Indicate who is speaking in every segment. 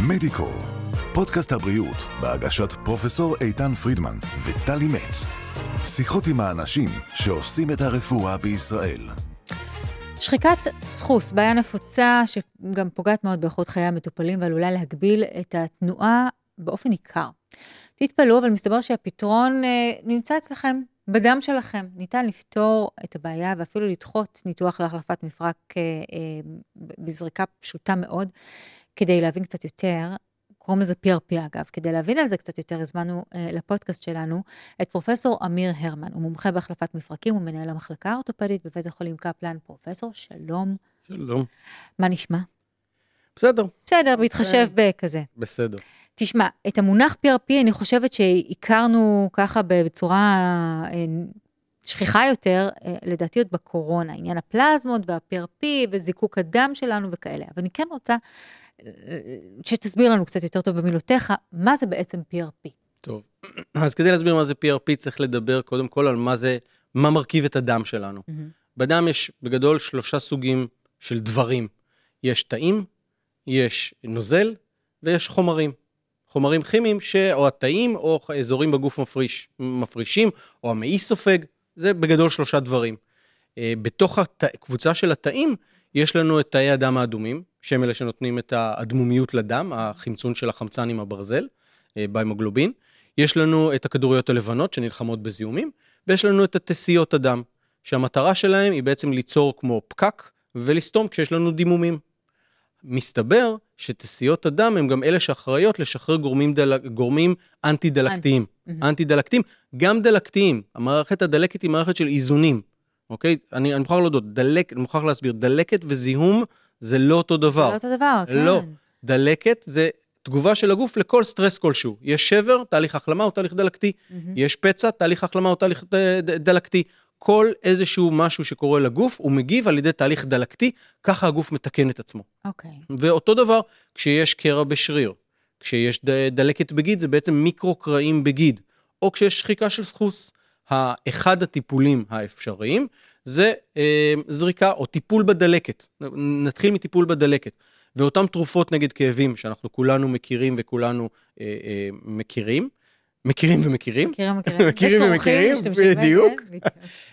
Speaker 1: מדיקו, פודקאסט הבריאות בהגשת פרופסור איתן פרידמן וטלי מצ. שיחות עם האנשים שעושים את הרפואה בישראל.
Speaker 2: שחיקת סחוס, בעיה נפוצה שגם פוגעת מאוד באיכות חיי המטופלים ועלולה להגביל את התנועה באופן ניכר. תתפלאו, אבל מסתבר שהפתרון אה, נמצא אצלכם, בדם שלכם. ניתן לפתור את הבעיה ואפילו לדחות ניתוח להחלפת מפרק אה, אה, בזריקה פשוטה מאוד, כדי להבין קצת יותר. קוראים לזה PRP אגב. כדי להבין על זה קצת יותר, הזמנו אה, לפודקאסט שלנו את פרופסור אמיר הרמן. הוא מומחה בהחלפת מפרקים ומנהל המחלקה האורתופדית בבית החולים קפלן. פרופסור, שלום.
Speaker 3: שלום.
Speaker 2: מה נשמע? אוקיי.
Speaker 3: בסדר,
Speaker 2: בסדר, בהתחשב בכזה.
Speaker 3: בסדר.
Speaker 2: תשמע, את המונח PRP אני חושבת שהכרנו ככה בצורה אה, שכיחה יותר, אה, לדעתי עוד בקורונה, עניין הפלזמות וה-PRP וזיקוק הדם שלנו וכאלה. אבל אני כן רוצה אה, שתסביר לנו קצת יותר טוב במילותיך, מה זה בעצם PRP.
Speaker 3: טוב. אז כדי להסביר מה זה PRP, צריך לדבר קודם כל על מה זה, מה מרכיב את הדם שלנו. בדם יש בגדול שלושה סוגים של דברים. יש תאים, יש נוזל ויש חומרים. חומרים כימיים שאו התאים או אזורים בגוף מפריש, מפרישים, או המעי סופג, זה בגדול שלושה דברים. אה, בתוך הקבוצה של התאים, יש לנו את תאי הדם האדומים, שהם אלה שנותנים את האדמומיות לדם, החמצון של החמצן עם הברזל, אה, בהמוגלובין. יש לנו את הכדוריות הלבנות שנלחמות בזיהומים, ויש לנו את התסיות הדם, שהמטרה שלהם היא בעצם ליצור כמו פקק ולסתום כשיש לנו דימומים. מסתבר שתסיות הדם הם גם אלה שאחראיות לשחרר גורמים, דל... גורמים אנטי-דלקתיים.
Speaker 2: מהמם.
Speaker 3: אנטי-דלקתיים, גם דלקתיים. המערכת הדלקת היא מערכת של איזונים, אוקיי? אני, אני מוכרח להודות, דלק, אני מוכרח להסביר, דלקת וזיהום זה לא אותו
Speaker 2: זה
Speaker 3: דבר.
Speaker 2: לא אותו דבר, כן.
Speaker 3: לא. דלקת זה תגובה של הגוף לכל סטרס כלשהו. יש שבר, תהליך החלמה או תהליך דלקתי.
Speaker 2: מהמם.
Speaker 3: יש פצע, תהליך החלמה או תהליך ד- ד- דלקתי. כל איזשהו משהו שקורה לגוף, הוא מגיב על ידי תהליך דלקתי, ככה הגוף מתקן את עצמו.
Speaker 2: אוקיי.
Speaker 3: ואותו דבר כשיש קרע בשריר, כשיש ד- דלקת בגיד, זה בעצם מיקרו-קרעים בגיד, או כשיש שחיקה של סחוס. אחד הטיפולים האפשריים זה אה, זריקה או טיפול בדלקת. נתחיל מטיפול בדלקת. ואותן תרופות נגד כאבים שאנחנו כולנו מכירים וכולנו אה, אה, מכירים, מכירים ומכירים,
Speaker 2: מכירים, מכירים.
Speaker 3: מכירים
Speaker 2: וצורכים,
Speaker 3: ומכירים,
Speaker 2: משתמשים בהם,
Speaker 3: בדיוק.
Speaker 2: כן, בדיוק.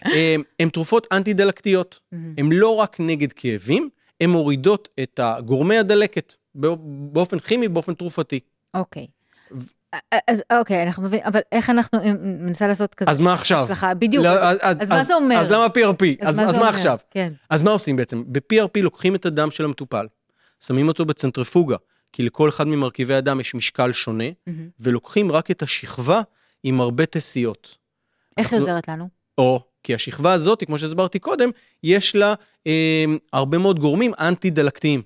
Speaker 3: אה, הן תרופות אנטי-דלקתיות.
Speaker 2: מהמם.
Speaker 3: הן לא רק נגד כאבים, הן מורידות את גורמי הדלקת בא- באופן כימי, באופן תרופתי.
Speaker 2: אוקיי.
Speaker 3: ו-
Speaker 2: אז אוקיי, אנחנו מבינים, אבל איך אנחנו, אם ננסה לעשות כזה
Speaker 3: אז מה עכשיו?
Speaker 2: השלכה, בדיוק,
Speaker 3: לא,
Speaker 2: אז- אז מה זה אומר?
Speaker 3: אז למה PRP? אז, אז
Speaker 2: זה
Speaker 3: מה
Speaker 2: אומר?
Speaker 3: עכשיו?
Speaker 2: כן.
Speaker 3: אז מה עושים בעצם? ב-PRP לוקחים את הדם של המטופל, שמים אותו בצנטריפוגה, כי לכל אחד ממרכיבי הדם יש משקל שונה,
Speaker 2: מהמם.
Speaker 3: ולוקחים רק את השכבה עם הרבה תסיות.
Speaker 2: איך
Speaker 3: לא-
Speaker 2: היא עוזרת לנו?
Speaker 3: או כי השכבה הזאת, כמו שהסברתי קודם, יש לה אה, הרבה מאוד גורמים אנטי-דלקתיים.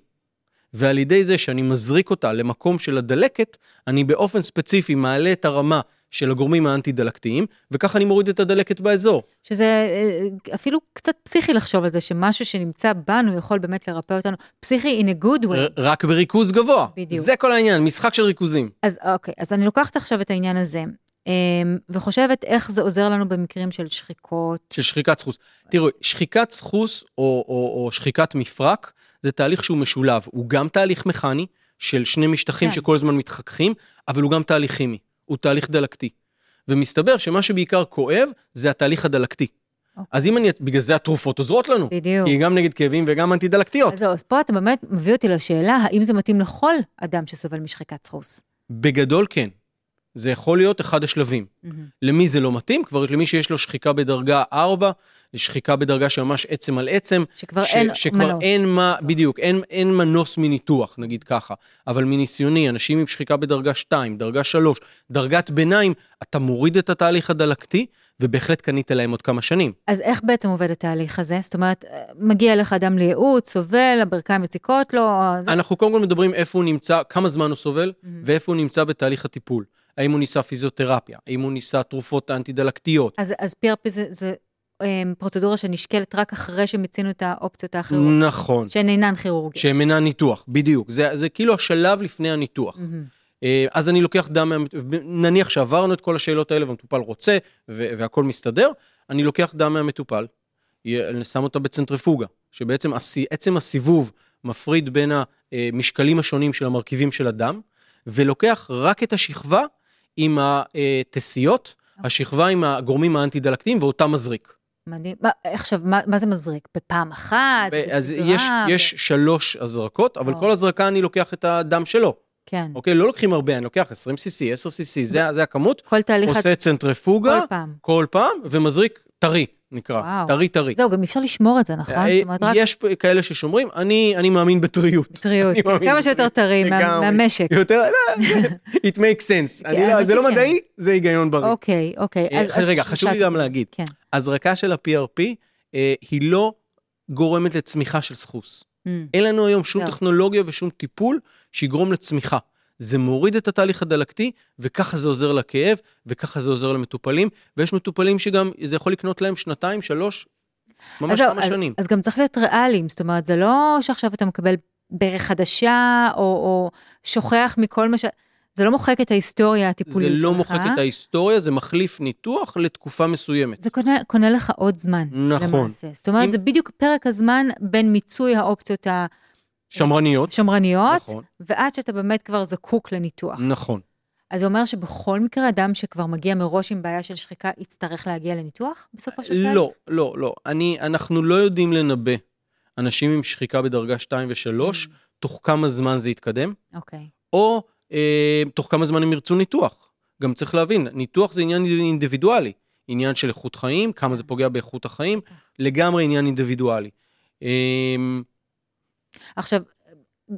Speaker 3: ועל ידי זה שאני מזריק אותה למקום של הדלקת, אני באופן ספציפי מעלה את הרמה של הגורמים האנטי-דלקתיים, וככה אני מוריד את הדלקת באזור.
Speaker 2: שזה אה, אפילו קצת פסיכי לחשוב על זה, שמשהו שנמצא בנו יכול באמת לרפא אותנו. פסיכי in a good
Speaker 3: ר-
Speaker 2: way.
Speaker 3: רק בריכוז גבוה.
Speaker 2: בדיוק.
Speaker 3: זה כל העניין, משחק של ריכוזים.
Speaker 2: אז אוקיי, אז אני לוקחת עכשיו את העניין הזה, אה, וחושבת איך זה עוזר לנו במקרים של שחיקות.
Speaker 3: של שחיקת סחוס. תראו, שחיקת סחוס או, או, או שחיקת מפרק זה תהליך שהוא משולב. הוא גם תהליך מכני של שני משטחים
Speaker 2: כן.
Speaker 3: כן. שכל הזמן מתחככים, אבל הוא גם תהליך כימי, הוא תהליך דלקתי. ומסתבר שמה שבעיקר כואב זה התהליך הדלקתי.
Speaker 2: אוקיי.
Speaker 3: אז אם אני, בגלל זה התרופות עוזרות לנו,
Speaker 2: בדיוק.
Speaker 3: כי היא גם נגד כאבים וגם אנטי דלקתיות.
Speaker 2: אז זהו, אז פה אתה באמת מביא אותי לשאלה, האם זה מתאים לכל אדם שסובל משחיקת סחוס?
Speaker 3: בגדול כן, זה יכול להיות אחד השלבים.
Speaker 2: מהמם.
Speaker 3: למי זה לא מתאים? כבר למי שיש לו שחיקה בדרגה 4, שחיקה בדרגה שממש עצם על עצם,
Speaker 2: שכבר אין
Speaker 3: שכבר
Speaker 2: מנוס.
Speaker 3: אין מה, בדיוק, אין, אין מנוס מניתוח, נגיד ככה. אבל מניסיוני, אנשים עם שחיקה בדרגה 2, דרגה 3, דרגת ביניים, אתה מוריד את התהליך הדלקתי, ובהחלט קנית להם עוד כמה שנים.
Speaker 2: אז איך בעצם עובד התהליך הזה? זאת אומרת, אה, מגיע לך אדם לייעוץ, סובל, הברכיים מציקות לו, זה... Mm-hmm.
Speaker 3: אנחנו קודם כל מדברים איפה הוא נמצא, כמה זמן הוא סובל,
Speaker 2: מהמם.
Speaker 3: ואיפה הוא נמצא בתהליך הטיפול. האם הוא ניסה פיזיותרפיה? האם הוא ניסה תרופות אנטי-דלקתיות?
Speaker 2: אז, אז PRP זה, זה אה, פרוצדורה שנשקלת רק אחרי שמיצינו את האופציות האחרות,
Speaker 3: נכון,
Speaker 2: שהן אינן כירורגיות.
Speaker 3: שהם אינם ניתוח, בדיוק. זה, זה כאילו השלב לפני הניתוח.
Speaker 2: מהמם.
Speaker 3: אה, אז אני לוקח דם, מהמת- נניח שעברנו את כל השאלות האלה והמטופל רוצה ו- והכל מסתדר, אני לוקח דם מהמטופל, י- אני שם אותה בצנטריפוגה, אה, שבעצם הסי- עצם הסיבוב מפריד בין המשקלים השונים של המרכיבים של הדם, ולוקח רק את השכבה עם התסיות, השכבה עם הגורמים האנטי-דלקתיים ואותה מזריק.
Speaker 2: מדהים. מה, עכשיו, מה, מה זה מזריק? בפעם אחת?
Speaker 3: אז
Speaker 2: בסדרה?
Speaker 3: יש, יש שלוש הזרקות, אבל
Speaker 2: או.
Speaker 3: כל הזרקה אני לוקח את הדם שלו.
Speaker 2: כן.
Speaker 3: אוקיי? לא לוקחים הרבה, אני לוקח 20 cc, 10 cc, זה, ה- זה הכמות.
Speaker 2: כל תהליך...
Speaker 3: עושה צנטריפוגה
Speaker 2: כל פעם.
Speaker 3: כל פעם, ומזריק טרי, נקרא.
Speaker 2: וואו.
Speaker 3: טרי טרי.
Speaker 2: זהו, גם אפשר לשמור את זה, נכון?
Speaker 3: אה,
Speaker 2: זאת אומרת, רק
Speaker 3: יש פה כאלה ששומרים, אני אני מאמין בטריות.
Speaker 2: טריות.
Speaker 3: אני מאמין
Speaker 2: כמה שיותר טרי מה-
Speaker 3: לגמרי.
Speaker 2: מהמשק.
Speaker 3: יותר, לא, it makes sense. אני לא-
Speaker 2: האמת
Speaker 3: זה לא
Speaker 2: כן, שכן.
Speaker 3: מדעי, זה היגיון בריא.
Speaker 2: אוקיי, אוקיי.
Speaker 3: אה,
Speaker 2: אז- אז
Speaker 3: רגע,
Speaker 2: שלושה
Speaker 3: חשוב לי
Speaker 2: טיפולים.
Speaker 3: גם להגיד.
Speaker 2: כן.
Speaker 3: הזרקה של ה-PRP אה, היא לא גורמת לצמיחה של סחוס.
Speaker 2: אמ,
Speaker 3: אין לנו היום שום
Speaker 2: לא.
Speaker 3: טכנולוגיה ושום טיפול שיגרום לצמיחה. זה מוריד את התהליך הדלקתי, וככה זה עוזר לכאב, וככה זה עוזר למטופלים, ויש מטופלים שגם זה יכול לקנות להם שנתיים, שלוש,
Speaker 2: אז
Speaker 3: ממש
Speaker 2: זהו,
Speaker 3: כמה
Speaker 2: אז-
Speaker 3: שנים.
Speaker 2: אז גם צריך להיות ריאליים, זאת אומרת, זה לא שעכשיו אתה מקבל ברך חדשה, או- או שוכח מכל מה ש... זה לא מוחק את ההיסטוריה
Speaker 3: זה
Speaker 2: הטיפולית שלך.
Speaker 3: לא מוחק את ההיסטוריה, זה מחליף ניתוח לתקופה מסוימת.
Speaker 2: זה קונה, קונה לך עוד זמן.
Speaker 3: נכון.
Speaker 2: למעשה. זאת אומרת,
Speaker 3: אם-
Speaker 2: זה בדיוק פרק הזמן בין מיצוי האופציות
Speaker 3: שמרניות.
Speaker 2: השמרניות,
Speaker 3: נכון.
Speaker 2: ועד שאתה באמת כבר זקוק לניתוח.
Speaker 3: נכון.
Speaker 2: אז זה אומר שבכל מקרה, אדם שכבר מגיע מראש עם בעיה של שחיקה, יצטרך להגיע לניתוח בסופו של תהליך?
Speaker 3: לא, לא, לא. אני, אנחנו לא יודעים לנבא אנשים עם שחיקה בדרגה 2 ו-3, תוך כמה זמן זה יתקדם,
Speaker 2: Mm, אוקיי.
Speaker 3: או אה, תוך כמה זמן הם ירצו ניתוח. גם צריך להבין, ניתוח זה עניין אינדיבידואלי. עניין של איכות חיים, כמה זה פוגע באיכות החיים, לגמרי עניין אינדיבידואלי. אה,
Speaker 2: עכשיו,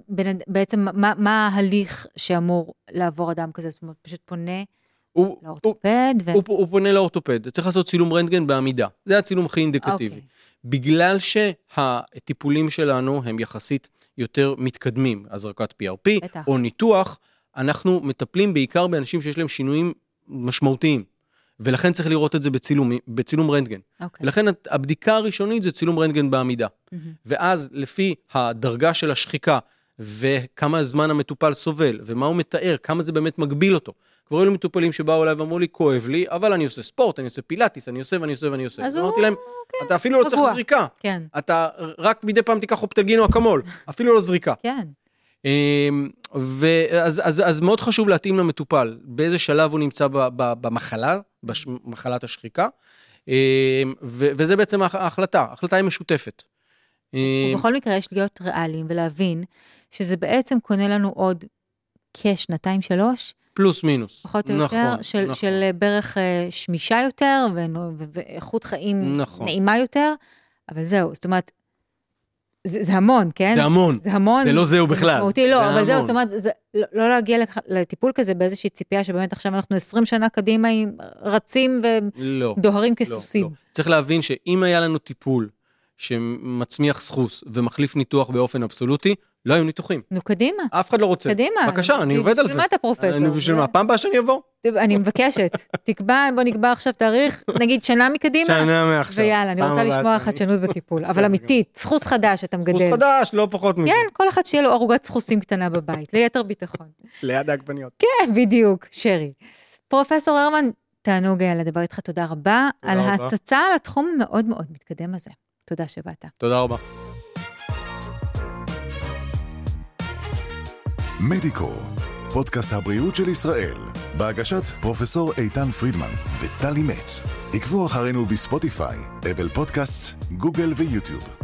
Speaker 2: בן, אד- בעצם מה, מה ההליך שאמור לעבור אדם כזה? זאת אומרת, פשוט פונה
Speaker 3: הוא, הוא,
Speaker 2: לאורתופד ו...
Speaker 3: הוא, הוא פונה לאורתופד, צריך לעשות צילום רנטגן בעמידה. זה הצילום הכי אינדיקטיבי.
Speaker 2: אוקיי.
Speaker 3: בגלל שהטיפולים שלנו הם יחסית יותר מתקדמים, הזרקת PRP
Speaker 2: בטח.
Speaker 3: או ניתוח, אנחנו מטפלים בעיקר באנשים שיש להם שינויים משמעותיים, ולכן צריך לראות את זה בצילום, בצילום רנטגן.
Speaker 2: אוקיי. Mm-hmm.
Speaker 3: ולכן הת- הבדיקה הראשונית זה צילום רנטגן בעמידה.
Speaker 2: מהמם.
Speaker 3: ואז לפי הדרגה של השחיקה וכמה זמן המטופל סובל ומה הוא מתאר, כמה זה באמת מגביל אותו. כבר היו לי מטופלים שבאו אליי ואמרו לי, כואב לי, אבל אני עושה ספורט, אני עושה פילאטיס, אני עושה ואני עושה ואני עושה.
Speaker 2: אז
Speaker 3: אמרתי
Speaker 2: הוא-
Speaker 3: להם, אתה אפילו לא צריך
Speaker 2: רגוע."
Speaker 3: זריקה,
Speaker 2: כן,
Speaker 3: אתה רק מדי פעם תיקח אופטלגין או אקמול, אפילו לא זריקה.
Speaker 2: כן.
Speaker 3: אמ, ואז, אז, אז מאוד חשוב להתאים למטופל, באיזה שלב הוא נמצא ב, ב, במחלה, במחלת השחיקה, אמ, ו, וזה בעצם ההח- ההחלטה, ההחלטה היא משותפת. אמ,
Speaker 2: ובכל מקרה, יש להיות ריאליים ולהבין שזה בעצם קונה לנו עוד כשנתיים, שלוש,
Speaker 3: פלוס מינוס.
Speaker 2: פחות או יותר,
Speaker 3: נכון,
Speaker 2: של,
Speaker 3: נכון.
Speaker 2: של אה, ברך אה, שמישה יותר, ונו- ו- ואיכות חיים
Speaker 3: נכון.
Speaker 2: נעימה יותר, אבל זהו, זאת אומרת, זה, זה המון, כן?
Speaker 3: זה המון.
Speaker 2: זה המון.
Speaker 3: זה לא זהו בכלל.
Speaker 2: משמעותי, לא,
Speaker 3: זה
Speaker 2: אבל זהו,
Speaker 3: המון.
Speaker 2: זאת אומרת, זה, לא, לא להגיע לכ- לטיפול כזה באיזושהי ציפייה שבאמת עכשיו אנחנו 20 שנה קדימה עם רצים
Speaker 3: לא.
Speaker 2: ודוהרים
Speaker 3: לא,
Speaker 2: כסוסים.
Speaker 3: לא. צריך להבין שאם היה לנו טיפול שמצמיח סחוס ומחליף ניתוח באופן אבסולוטי, לא היו ניתוחים.
Speaker 2: נו, קדימה,
Speaker 3: אף אחד לא רוצה.
Speaker 2: קדימה.
Speaker 3: בבקשה, אני עובד על זה.
Speaker 2: בשביל מה אתה פרופסור?
Speaker 3: אני בשביל
Speaker 2: זה-
Speaker 3: מה? פעם הבאה שאני אבוא.
Speaker 2: אני מבקשת, תקבע, בוא נקבע עכשיו תאריך, נגיד שנה מקדימה.
Speaker 3: שנה מעכשיו.
Speaker 2: ויאללה, אני
Speaker 3: פעם
Speaker 2: רוצה
Speaker 3: הבאה
Speaker 2: לשמוע
Speaker 3: שאני-
Speaker 2: חדשנות בטיפול, אבל
Speaker 3: בסדר
Speaker 2: אמיתית, סחוס חדש שאתה
Speaker 3: סחוס
Speaker 2: מגדל.
Speaker 3: חדש, לא פחות מזה.
Speaker 2: כן, כל אחד שיהיה לו ערוגת סחוסים קטנה בבית, ליתר ביטחון.
Speaker 3: ליד העגבניות.
Speaker 2: כן, בדיוק, שרי. פרופסור הרמן, תענוג היה לדבר איתך, תודה רבה,
Speaker 3: תודה
Speaker 2: על
Speaker 3: רבה.
Speaker 2: ההצצה על התחום המאוד מאוד מתקדם הזה. תודה שבאת.
Speaker 3: תודה רבה.
Speaker 1: מדיקו, פודקאסט הבריאות של ישראל, בהגשת פרופסור איתן פרידמן וטלי מצ. עקבו אחרינו בספוטיפיי, אבל פודקאסט, גוגל ויוטיוב.